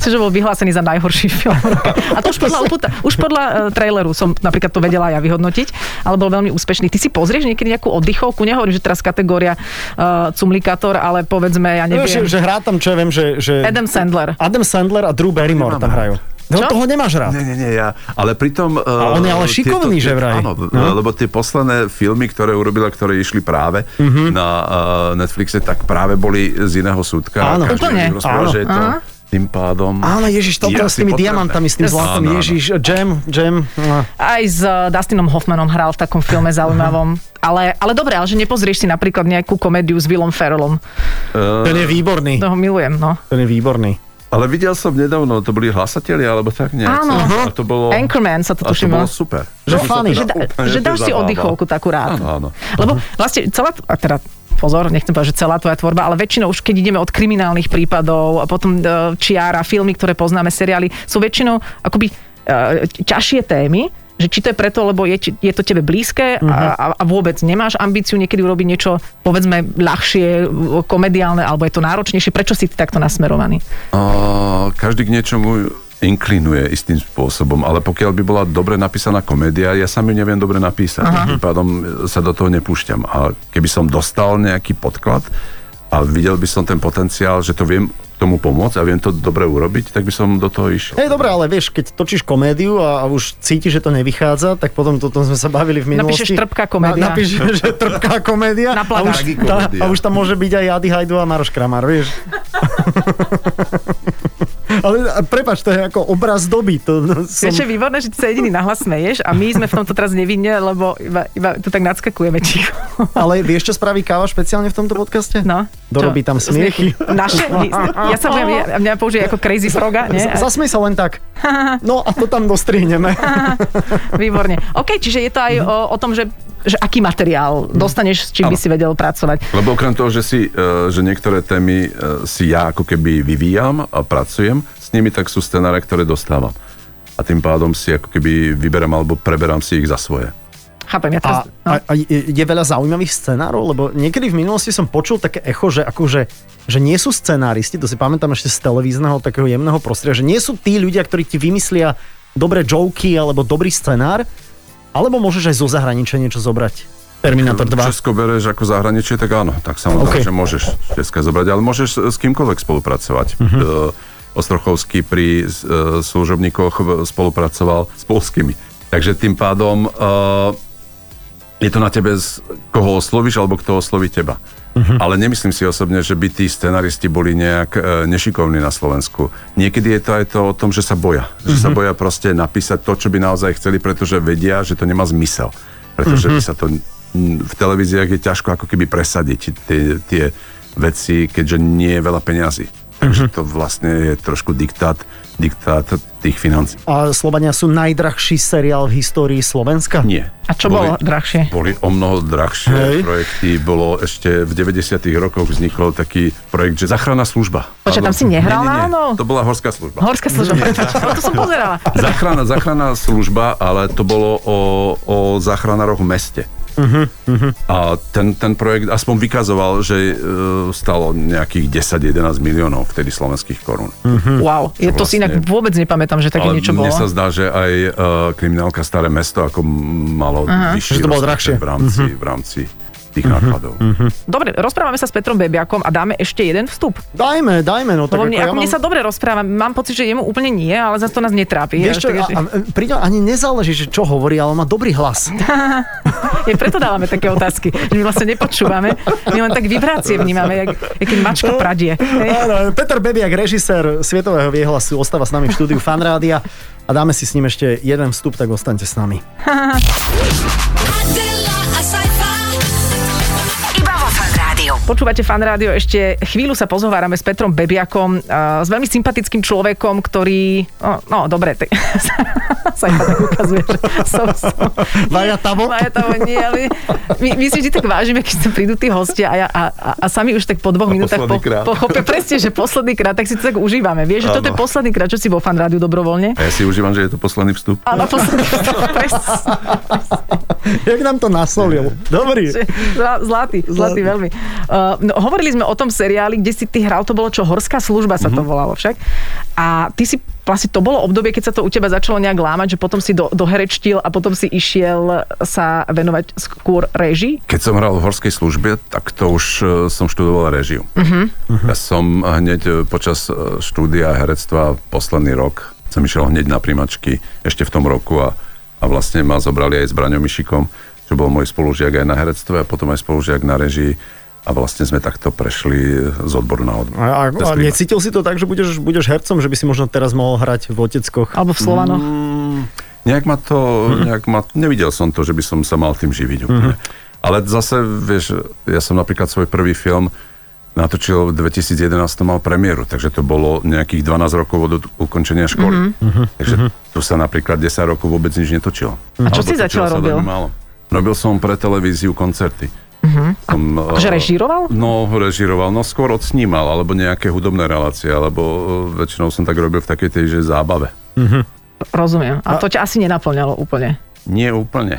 S2: Čiže bol vyhlásený za najhorší film roka. A to už podľa, uputa- už podľa uh, traileru som napríklad to vedela ja vyhodnotiť, ale bol veľmi úspešný. Ty si pozrieš niekedy nejakú oddychovku, nehovorím, že teraz kategória uh, cumlikátor, ale povedzme, ja
S1: neviem. Že,
S2: neviem.
S1: že hrá tam, čo ja viem, že... že
S2: Adam Sandler.
S1: Adam Sandler a Drew Barrymore tam hrajú. No
S2: Čo?
S1: toho nemáš rád.
S5: Nie, nie, nie, ja. Ale pritom...
S1: on
S5: A
S1: je ale šikovný, že vraj. No?
S5: Áno, eh, lebo tie posledné filmy, ktoré urobila, ktoré išli práve
S1: Mhm.
S5: na uh, Netflixe, tak práve boli z iného súdka.
S1: Áno.
S5: A každý
S2: Úplne.
S5: z nich Rozprával,
S1: Áno.
S5: že je to
S2: Aha.
S5: tým pádom...
S1: Áno, Ježiš, to
S5: je
S1: teraz s
S5: asi
S1: tými
S5: potrebné.
S1: diamantami, s tým
S2: To-
S1: zlatom,
S5: Áno, áno.
S1: Ježiš, Jam, Jam. no.
S2: Aj s uh, Dustinom Hoffmanom hral v takom filme zaujímavom. Ale, ale dobre, ale že nepozrieš si napríklad nejakú komédiu s Willom Ferrellom.
S1: Ten je výborný,
S2: To ho milujem, no.
S1: ten je výborný.
S5: Ale videl som nedávno, to boli hlasatelia, alebo tak nejak.
S2: Áno.
S5: A to bolo...
S2: Anchorman sa to
S5: No. a to
S2: tuším. volá.
S5: bolo super.
S1: Že
S5: To som sa
S1: funny.
S5: teda
S2: že, da,
S5: úplne
S2: že dáš si
S5: zabával.
S2: oddychovku takú rád.
S5: Áno, áno.
S2: Lebo vlastne celá, a teda pozor, nechcem povedať, že celá tvoja tvorba, ale väčšinou už keď ideme od kriminálnych prípadov a potom e, čiara, filmy, ktoré poznáme, seriály, sú väčšinou akoby e, ťažšie témy, že či to je preto, lebo je, ti- je to tebe blízke a, a, a vôbec nemáš ambíciu niekedy urobiť niečo, povedzme, ľahšie, e, komediálne, alebo je to náročnejšie, prečo si ty takto nasmerovaný?
S5: A každý k niečomu inklinuje istým spôsobom, ale pokiaľ by bola dobre napísaná komédia, ja sám ju neviem dobre napísať, tým pádom sa do toho nepúšťam. A keby som dostal nejaký podklad a videl by som ten potenciál, že to viem tomu pomôcť a viem to dobre urobiť, tak by som do toho išiel.
S1: Hej, dobre, ale vieš, keď točíš komédiu a, a už cítiš, že to nevychádza, tak potom to, to sme sa bavili v minulosti.
S2: Napíšeš trpká komédia.
S1: Na, napíšeš, že trpká komédia.
S2: Na
S1: a,
S2: plagát.
S1: už, tá, a už tam môže byť aj Jady Hajdu a Maroš Kramar, vieš. ale a prepač, to je ako obraz doby. To, no, som,
S2: Vieš, je výborné, že ty sa jediný nahlas smeješ a my sme v tomto teraz nevinne, lebo iba, iba tu tak nadskakujeme ticho.
S1: ale vieš, čo spraví káva špeciálne v tomto podcaste?
S2: No.
S1: Dorobí
S2: Čo?
S1: tam smiechy.
S2: Naše? Vy- Ja sa budem, ja, mňa použije ako crazy froga, nie?
S1: Z- Zasmej sa len tak. No a to tam dostrihneme.
S2: Výborne. OK, čiže je to aj o, o tom, že, že aký materiál dostaneš, s čím by si vedel pracovať.
S5: Lebo okrem toho, že, si, e, že niektoré témy e, si ja ako keby vyvíjam a pracujem s nimi, tak sú scenáre, ktoré dostávam. A tým pádom si ako keby vyberám alebo preberám si ich za svoje.
S2: Chápem, ja teraz... no,
S1: A, a, a je je veľa zaujímavých scenárov, lebo niekedy v minulosti som počul také echo, že akože že nie sú scenáristi, to si pamätám ešte z televízneho takého jemného prostredia, že nie sú tí ľudia, ktorí ti vymyslia dobré joky alebo dobrý scenár, alebo môžeš aj zo zahraničia niečo zobrať. Terminator 2.
S5: Česko bereš ako zahraničie, tak áno, tak samozrejme,
S1: OK.
S5: okay. že môžeš Česka zobrať, ale môžeš s kýmkoľvek spolupracovať. E, Ostrochovský pri e, služobníkoch v- spolupracoval s polskými. Takže tým pádom e, je to na tebe, z koho oslovíš, alebo kto osloví teba. Ale nemyslím si osobne, že by tí scenaristi boli nejak e, nešikovní na Slovensku. Niekedy je to aj to o tom, že sa boja. Že sa boja proste napísať to, čo by naozaj chceli, pretože vedia, že to nemá zmysel. Pretože by sa to mm, v televíziách je ťažko ako keby presadiť tie, tie veci, keďže nie je veľa peňazí. Takže to vlastne je trošku diktát, diktát tých financí.
S1: A Slovania sú najdrahší seriál v histórii Slovenska.
S5: Nie.
S2: A čo bolo drahšie?
S5: Boli o mnoho drahšie
S1: Hej.
S5: Hej. projekty. Bolo ešte v 90 rokoch vznikol taký projekt, že záchranná služba.
S2: Počkaj, tam si nehral
S5: nie, nie,
S2: na Áno?
S5: nie. To bola horská služba.
S2: Horská služba, prepáč, ale to som pozerala.
S5: Záchrana, záchranná služba, ale to bolo o, o záchranároch v meste. A ten, ten projekt aspoň vykazoval, že e, stalo nejakých 10-11 miliónov vtedy slovenských korún.
S1: Mhm.
S2: Wow, je to si
S5: vlastne-
S2: inak vôbec nepamätám, že také
S5: Ale
S2: niečo
S5: mne
S2: bolo.
S5: sa zdá, že aj e, kriminálka Staré mesto ako m- malo vyšší
S1: Že to bolo drahšie. Mhm.
S5: rozpočet v rámci, v rámci tých nákladov.
S2: Dobre, rozprávame sa s Petrom Bebiakom a dáme ešte jeden vstup.
S1: Dajme, dajme. No, tak
S2: Lebo mne,
S1: ja
S2: ako mne
S1: mám-
S2: sa dobre rozpráva, mám pocit, že jemu úplne nie, ale za to nás netrápi.
S1: Vieš čo,
S2: Ja-
S1: a,
S2: takže-
S1: a, pri ňom ani nezáleží, že čo hovorí, ale on má dobrý hlas.
S2: Je, preto dávame také otázky, že my vlastne nepočúvame, my len tak vibrácie vnímame, jak, jak keď mačka
S5: No.
S2: pradie. Hej.
S1: Áno, Peter Bebiak, režisér Svietového viehlasu, ostáva s nami v štúdiu Fanrádia a dáme si s ním ešte jeden vstup, tak ostaňte s nami.
S3: Adela Asaifa,
S4: Iba vo Fan Rádiu.
S2: Počúvate fan rádio, ešte chvíľu sa pozhovárame s Petrom Bebiakom, a s veľmi sympatickým človekom, ktorý... No, no dobre, tak sa iba tak ukazuje, že som, som.
S1: Vajatavo?
S2: Vajatavo nie, ale my, my si vždy tak vážime, keď sem prídu tí hostia a, ja, a, a, a sami už tak po dvoch
S5: A
S2: minútach po,
S5: posledný krát.
S2: pochopia presne, že posledný krát, tak si to tak užívame. Vieš, že toto je
S5: Áno.
S2: posledný krát, čo si vo fan rádiu dobrovoľne?
S5: A ja si užívam, že je to posledný vstup.
S2: Áno, posledný. Presne.
S1: Jak nám to nasolil. Dobrý.
S2: Že- zla- Zlatý, zlatý veľmi. Uh, no, hovorili sme o tom seriáli, kde si ty hral, to bolo čo? Horská služba sa to volalo však. A ty si vlastne to bolo obdobie, keď sa to u teba začalo nejak lámať, že potom si do, doherečtil a potom si išiel sa venovať skôr režii?
S5: Keď som hral v horskej službe, tak to už e, som študoval režiu.
S2: Mhm.
S1: Mhm.
S5: Ja som hneď e, počas e, štúdia herectva posledný rok som išiel hneď na primačky ešte v tom roku a, a vlastne ma zobrali aj s Braňom Mišikom, čo bol môj spolužiak aj na herectve a potom aj spolužiak na režii a vlastne sme takto prešli e, z odboru na odbor.
S1: A, a, a
S5: Cez primačky.
S1: necítil si to tak, že budeš, budeš hercom, že by si možno teraz mohol hrať v oteckoch?
S2: Alebo v Slovanoch?
S5: Nejak ma to, nejak ma, nevidel som to, že by som sa mal tým živiť úplne. Ale zase, vieš, ja som napríklad svoj prvý film natočil v 2011, to mal premiéru, takže to bolo nejakých 12 rokov od ukončenia
S2: Mhm.
S5: školy. Takže tu sa napríklad 10 rokov vôbec nič netočilo.
S2: A čo
S5: Alebo
S2: si
S5: točilo
S2: zatiaľ
S5: sa
S2: robil?
S5: veľmi Málo. Robil som pre televíziu koncerty. Som, eh,
S2: Mhm. že režíroval?
S5: No, režíroval, no skôr odsnímal, alebo nejaké hudobné relácie, alebo eh, väčšinou som tak robil v takej tej, že zábave.
S2: Rozumiem. A to ťa asi nenaplňalo úplne.
S5: Nie úplne.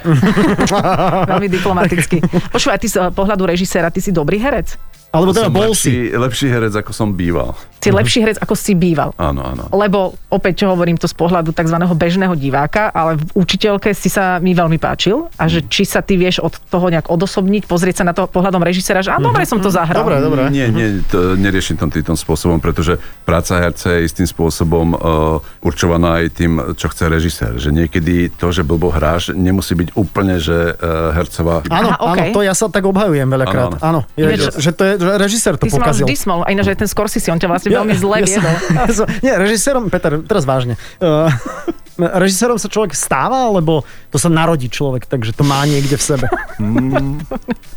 S2: Veľmi diplomaticky. Počúvaj, ty z eh, pohľadu režiséra, ty si dobrý herec.
S1: Alebo teda
S5: som
S1: bol si.
S5: lepší, lepší herec, ako som býval.
S2: Si lepší herec, ako si býval.
S5: Áno, áno.
S2: lebo opäť hovorím to z pohľadu tzv. bežného diváka, ale v učiteľke si sa mi veľmi páčil a
S1: Mhm.
S2: že či sa ty vieš od toho nejak odosobniť, pozrieť sa na to pohľadom režisera, že a dobre som to zahral.
S1: Mhm. Dobre, dobre. Mhm.
S5: Nie, nie, to, neriešim to týmto spôsobom, pretože práca herca je istým spôsobom uh, určovaná aj tým, čo chce režisér. Že niekedy to, že blbo hráš, nemusí byť úplne, že uh, hercová...
S1: Áno,
S2: Aha,
S1: áno,
S2: okej.
S1: to ja sa tak obhajujem veľakrát.
S5: Áno,
S1: Áno, je,
S2: Ináč-
S1: že to je, že režisér to
S2: Ty si mal
S1: pokazil.
S2: vždy smol, aj ináč aj ten Scorsese, on ťa vlastne veľmi zle
S1: ja som-
S2: viedol.
S1: ja som- Nie, režisérom, Peter, teraz vážne. Uh, režisérom sa človek stáva, alebo to sa narodí človek, takže to má niekde v sebe.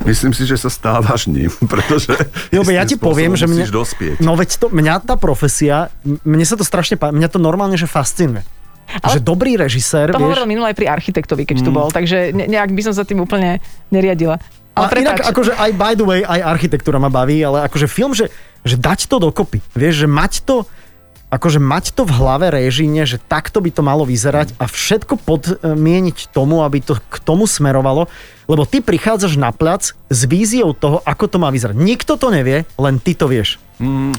S5: Myslím si, že sa stávaš ním, pretože...
S1: Jobe, ja ti
S5: istým
S1: poviem,
S5: spôsobom
S1: že mne...
S5: musíš dospieť.
S1: No veď to, mňa tá profesia, m- mne sa to strašne pá... mňa to normálne, že fascinuje. Ale... Že dobrý režisér,
S2: To
S1: vieš... Mhm.
S2: hovoril minule aj pri architektovi, keď tu bol, takže ne- nejak by som sa tým úplne neriadila. Ale
S1: Ale inak
S2: prepáč,
S1: akože aj by the way, aj architektúra ma baví, ale akože film, že, že dať to dokopy, vieš, že mať to akože mať to v hlave režine, že takto by to malo vyzerať a všetko podmieniť tomu, aby to k tomu smerovalo, lebo ty prichádzaš na plac s víziou toho, ako to má vyzerať. Nikto to nevie, len ty to vieš.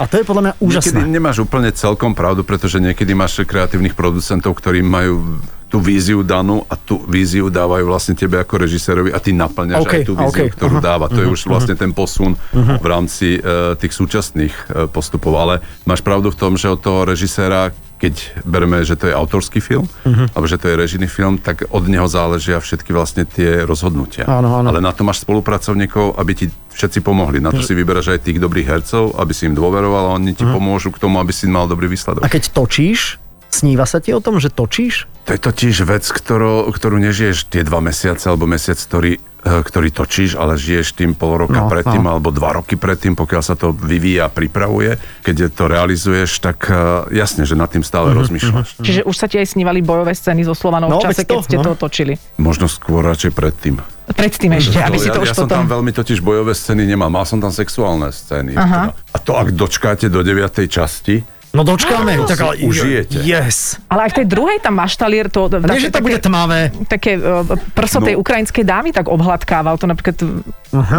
S1: A to je podľa mňa úžasné.
S5: Mm. Niekedy nemáš úplne celkom pravdu, pretože niekedy máš kreatívnych producentov, ktorí majú tú víziu danú a tú víziu dávajú vlastne tebe ako režisérovi a ty naplňaš
S1: OK,
S5: aj tú víziu,
S1: OK,
S5: ktorú
S1: aha, Mhm.
S5: dáva. To je už vlastne ten posun v rámci e, tých súčasných e, postupov. Ale máš pravdu v tom, že od toho režiséra, keď bereme, že to je autorský film,
S1: Mhm.
S5: alebo že to je režijný film, tak od neho záležia všetky vlastne tie rozhodnutia.
S1: Áno, áno.
S5: Ale na to máš spolupracovníkov, aby ti všetci pomohli. Na to si vyberáš aj tých dobrých hercov, aby si im dôveroval a oni ti pomôžu k tomu, aby si mal dobrý
S1: A
S5: výsledok.
S1: keď točíš, sníva sa ti o tom, že točíš?
S5: To je totiž vec, ktorú, ktorú nežiješ tie dva mesiace alebo mesiac, ktorý, eh, ktorý točíš, ale žiješ tým pol roka
S1: No,
S5: no, predtým
S1: no.
S5: alebo dva roky predtým, pokiaľ sa to vyvíja a pripravuje. Keď je to realizuješ, tak eh, jasne, že nad tým stále
S2: Mhm,
S5: rozmýšľaš.
S2: čiže už sa ti aj snívali bojové scény so Slovanou
S1: No,
S2: v čase,
S1: veď to,
S2: keď ste
S1: no.
S2: to točili.
S5: Možno skôr radšej predtým.
S2: Predtým ešte, mhm. aby si
S5: ja,
S2: to už
S5: ja som tam
S2: potom...
S5: veľmi totiž bojové scény nemal, mal som tam sexuálne scény. Teda. A to, ak dočkáte do 9. časti,
S1: No dočkáme. Tak ale
S5: si užijete.
S1: Yes.
S2: Ale aj v tej druhej tam maštalier to...
S1: A nie, že to bude tmavé.
S2: také uh, prso tej
S5: No.
S2: ukrajinskej dámy tak obhladkával. To napríklad uh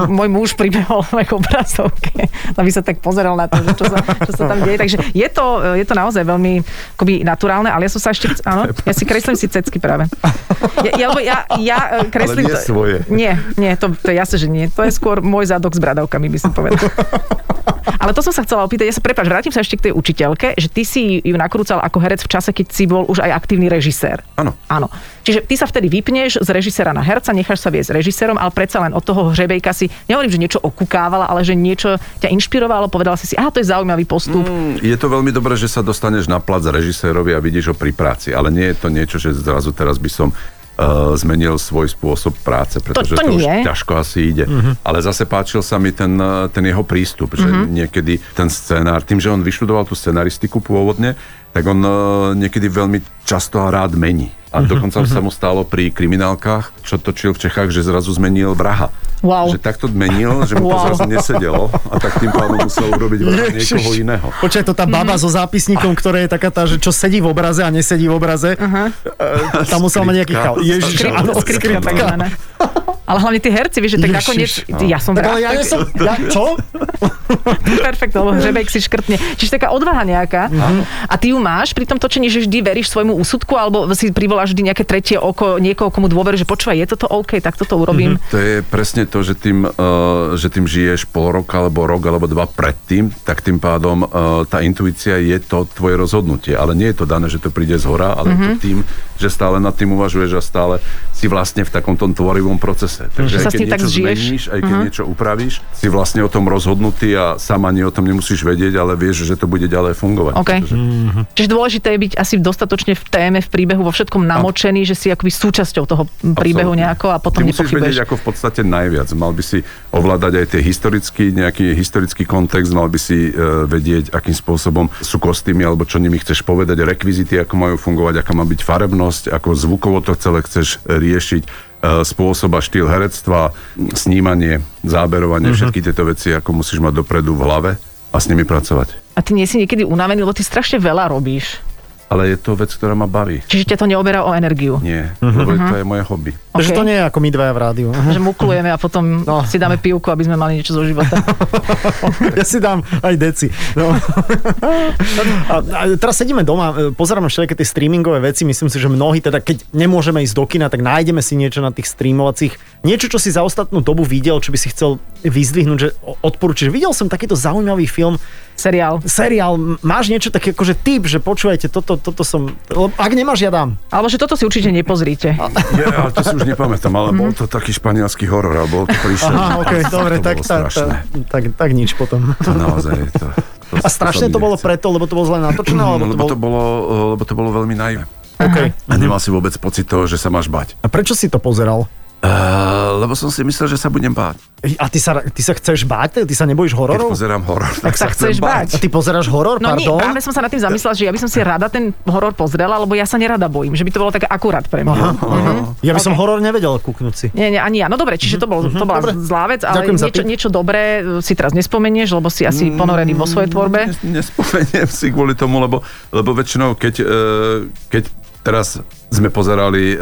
S2: môj muž pribehol na obrazovke, aby sa tak pozeral na to, že čo sa, čo sa tam deje. Takže je to, eh, je to naozaj veľmi akoby, naturálne, ale ja som sa ešte... Áno, ja si kreslím si cecky práve. Ja, ja, lebo ja, ja eh, kreslím...
S5: nie svoje.
S2: Nie, nie, to, to je jasné, že nie. To je skôr môj zadok s bradavkami, by som povedal. Ale to som sa chcela opýtať, ja sa prepáč, vrátim sa ešte k tej učiteľke, že ty si ju nakrúcal ako herec v čase, keď si bol už aj aktívny režisér.
S5: Áno.
S2: Áno. Čiže ty sa vtedy vypneš z režisera na herca, necháš sa viesť režisérom, ale predsa len od toho hrebejka si, nehovorím, že niečo okúkávala, ale že niečo ťa inšpirovalo, povedala si si, aha, to je zaujímavý postup. Mm.
S5: Je to veľmi dobré, že sa dostaneš na plac režisérovi a vidíš ho pri práci, ale nie je to niečo, že zrazu teraz by som uh, zmenil svoj spôsob práce,
S2: to
S5: pretože to, to, už
S2: nie.
S5: ťažko asi ide. Ale zase páčil sa mi ten, eh, ten jeho prístup, že
S2: Mhm.
S5: niekedy ten scenár, tým, že on vyštudoval tú scenaristiku pôvodne, tak on eh, niekedy veľmi často a rád mení. A dokonca sa mu stalo pri kriminálkach, čo točil v Čechách, že zrazu zmenil vraha.
S2: Wow.
S5: Že takto menil, že mu to
S2: Wow.
S5: zrazu nesedelo a tak tým pádom musel urobiť vraha niekoho iného.
S1: Počkaj, to tá baba so zápisníkom, ktorá je taká tá, že čo sedí v obraze a nesedí v obraze. Uh-huh. Tam musel mať nejaký
S5: Skripka.
S1: chal. Ježiš,
S5: Skripka,
S1: áno,
S5: skripka
S1: skripka.
S2: takzvaná. Ale hlavne tí herci, vieš, že tak
S1: Ježiš. no.
S2: nakoniec, ja som
S1: Tak ale ja
S2: vrah,
S1: nie som... Ja, čo?
S2: perfekt, lebo hřebek si škrtne. Čiže taká odvaha nejaká. A ty ju máš pri tom točení, že vždy veríš svojmu úsudku, alebo si privoláš vždy nejaké tretie oko, niekoho, komu dôver, že počúvaj, je toto OK, tak toto urobím.
S5: To je presne to, že tým, uh, že tým žiješ pol roka, alebo rok, alebo dva predtým, tak tým pádom uh, tá intuícia je to tvoje rozhodnutie. Ale nie je to dané, že to príde z hora,
S2: Mhm.
S5: ale mm-hmm. to tým, že stále nad tým uvažuješ a stále si vlastne v takom tom tvorivom procese. Takže
S2: Mhm. Že
S5: aj
S2: sa s
S5: keď
S2: tým tak Mhm.
S5: niečo
S2: zžiješ.
S5: zmeníš, aj keď mm-hmm. niečo upravíš, si vlastne o tom rozhodnutý a sama ani o tom nemusíš vedieť, ale vieš, že to bude ďalej fungovať.
S2: OK.
S5: Pretože
S2: Čiže dôležité je byť asi dostatočne v téme, v príbehu, vo všetkom namočený, že si akoby súčasťou toho príbehu
S5: Absolútne.
S2: nejako a potom
S5: Ty musíš vedieť
S2: nepochybuješ.
S5: ako v podstate najviac. Mal by si ovládať aj tie historický, nejaký historický kontext, mal by si e, vedieť, akým spôsobom sú kostýmy, alebo čo nimi chceš povedať, rekvizity, ako majú fungovať, aká má byť farebnosť, ako zvukovo to celé chceš riešiť, e, spôsob a štýl herectva, m, snímanie, záberovanie, všetky tieto veci, ako musíš mať dopredu v hlave a s nimi pracovať.
S2: A ty nie si niekedy unavený, lebo ty strašne veľa robíš.
S5: Ale je to vec, ktorá ma baví.
S2: Čiže ťa to neoberá o energiu.
S5: Nie, lebo
S2: Mhm.
S5: to je moje hobby.
S1: Že to nie je ako my dvaja v rádiu.
S2: že muklujeme a potom
S1: No.
S2: no. si dáme pivku, aby sme mali niečo zo života.
S1: Ja si dám aj deci. No. A, a teraz sedíme doma, e, pozeráme všetky tie streamingové veci, myslím si, že mnohí, teda keď nemôžeme ísť do kina, tak nájdeme si niečo na tých streamovacích, niečo, čo si za ostatnú dobu videl, čo by si chcel vyzdvihnúť, že o- odporúčiš. Videl som takýto zaujímavý film,
S2: Seriál.
S1: seriál, m- máš niečo také akože typ, že počúvajte, toto, toto som, lebo ak nemáš, ja dám.
S2: Alebo že toto si určite nepozrite.
S5: Je, ale to si už nepamätám, ale bol to taký španielský horor, a bol to príšerný.
S1: Aha, ok,
S5: To
S1: dobre,
S5: bolo
S1: tak, tak,
S5: strašné.
S1: tak, tak, tak nič potom.
S5: To naozaj je to. to
S1: A strašne
S5: sa mi
S1: to bolo
S5: nechce.
S1: preto, lebo to bolo zle natočené, alebo to Mhm.
S5: lebo,
S1: bolo...
S5: to bolo, eh, lebo to bolo veľmi naivné.
S1: Okay.
S5: A nemal si vôbec pocit toho, že sa máš bať.
S1: A prečo si to pozeral?
S5: Uh, lebo som si myslel, že sa budem báť.
S1: A ty sa, ty sa chceš báť? Ty sa nebojíš
S5: Keď
S1: hororov?
S5: pozerám horor, tak,
S2: sa chceš
S1: A
S2: báť.
S1: ty pozeráš horor?
S2: No nie,
S1: Pardon?
S2: práve som sa nad tým zamyslela, že ja by som si rada ten horor pozrela, lebo ja sa nerada bojím, že by to bolo tak akurát pre mňa.
S1: Ja by som horor nevedel kúknúť si.
S2: Nie, nie, ani ja. No dobre, čiže to, bol, to
S1: Mhm.
S2: bola
S1: dobre.
S2: zlá vec, ale
S1: Ďakujem za
S2: niečo,
S1: tip. Mm.
S2: niečo dobré e, si teraz nespomenieš, lebo si asi ponorený vo svojej tvorbe.
S5: No, Nes- nespomeniem si kvôli tomu, lebo, lebo väčšinou, keď, e, keď teraz sme pozerali e,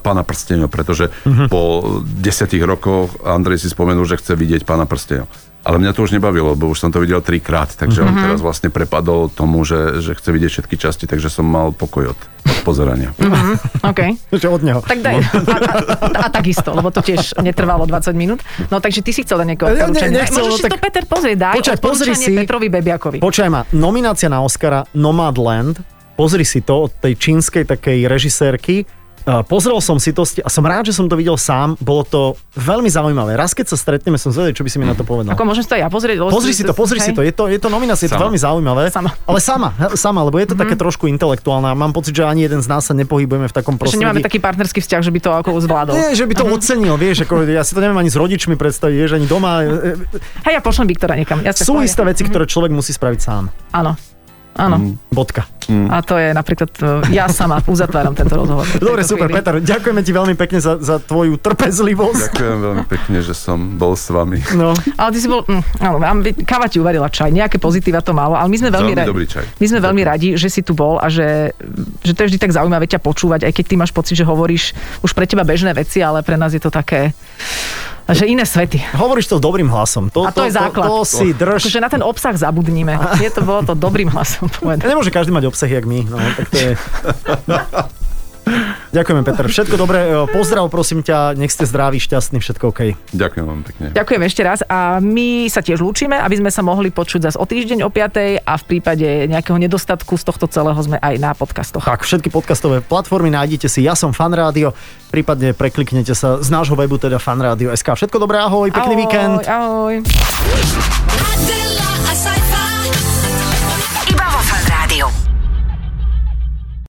S5: pána prsteňov, pretože uh-huh. po desiatich rokoch Andrej si spomenul, že chce vidieť pána prsteňov. Ale mňa to už nebavilo, lebo už som to videl trikrát, takže
S2: Mhm.
S5: uh-huh. on teraz vlastne prepadol tomu, že, že chce vidieť všetky časti, takže som mal pokoj od, od pozerania.
S2: Mhm.
S5: Uh-huh.
S2: OK.
S1: Čo od neho?
S2: Tak daj. A, a, a takisto, lebo to tiež netrvalo 20 minút. No takže ty si chcel dať nejaké
S1: Ja ne-
S2: odporúčanie. Daj,
S1: nechcel,
S2: Môžeš
S1: no
S2: si to
S1: tak-
S2: Peter pozrieť, daj
S1: Počkaj, pozri
S2: odporúčanie
S1: si-
S2: Petrovi Bebiakovi.
S1: Počkaj ma, nominácia na Oscara Nomadland, pozri si to od tej čínskej takej režisérky. Uh, Pozrel som si to sti- a som rád, že som to videl sám. Bolo to veľmi zaujímavé. Raz keď sa stretneme, som zvedel, čo by si mi na to povedal.
S2: Ako môžem si to aj ja pozrieť? Lebo
S1: Pozri si to, pozri
S2: hej.
S1: si to. Je to, je to nominácia, je to
S5: Sama.
S1: veľmi zaujímavé.
S2: Sama. Mhm.
S1: Ale sama, he- sama, lebo je to také trošku intelektuálne. a Mám pocit, že ani jeden z nás sa nepohybujeme v takom
S2: Že
S1: prostredí.
S2: nemáme taký partnerský vzťah, že by to ako zvládol.
S1: Nie, že by to ocenil, vieš, ako ja si to neviem ani s rodičmi predstaviť, vieš, ani doma. e, e,
S2: Hej, ja pošlem Viktora niekam. Ja
S1: Sú isté veci, Mm. ktoré človek musí spraviť sám.
S2: Áno. Áno,
S1: Bodka.
S2: a to je napríklad, e, ja sama uzatváram tento rozhovor.
S1: Dobre,
S2: Tejto
S1: super,
S2: chvíli.
S1: Peter, ďakujeme ti veľmi pekne za, za tvoju trpezlivosť.
S5: Ďakujem veľmi pekne, že som bol s vami.
S1: No,
S2: Ale ty si bol, mm, áno, vám- káva ti uvarila čaj, nejaké pozitíva to malo, ale my sme veľmi,
S5: Veľmi
S2: radi,
S5: dobrý čaj.
S2: My sme veľmi radi, že si tu bol a že, že to je vždy tak zaujímavé ťa počúvať, aj keď ty máš pocit, že hovoríš už pre teba bežné veci, ale pre nás je to také, že iné svety.
S1: hovoríš to dobrým hlasom. To,
S2: A to je základ.
S1: To, to si drž.
S2: Akože na ten obsah zabudnime. Je to, bolo to dobrým hlasom povedané.
S1: Nemôže každý mať obsah, jak my. No, tak to je... Ďakujeme, Peter. Všetko dobré. e, Pozdrav, prosím ťa. Nech ste zdraví, šťastní, všetko OK.
S5: Ďakujem vám pekne.
S2: Ďakujem ešte raz a my sa tiež lúčime, aby sme sa mohli počuť zase o týždeň o 5. a v prípade nejakého nedostatku z tohto celého sme aj na podcastoch.
S1: Tak, všetky podcastové platformy nájdete si. Ja som Fan Rádio. Prípadne prekliknete sa z nášho webu, teda fanradio.sk. Všetko dobré, ahoj, pekný
S2: ahoj,
S1: víkend.
S2: Ahoj.
S3: Adela, I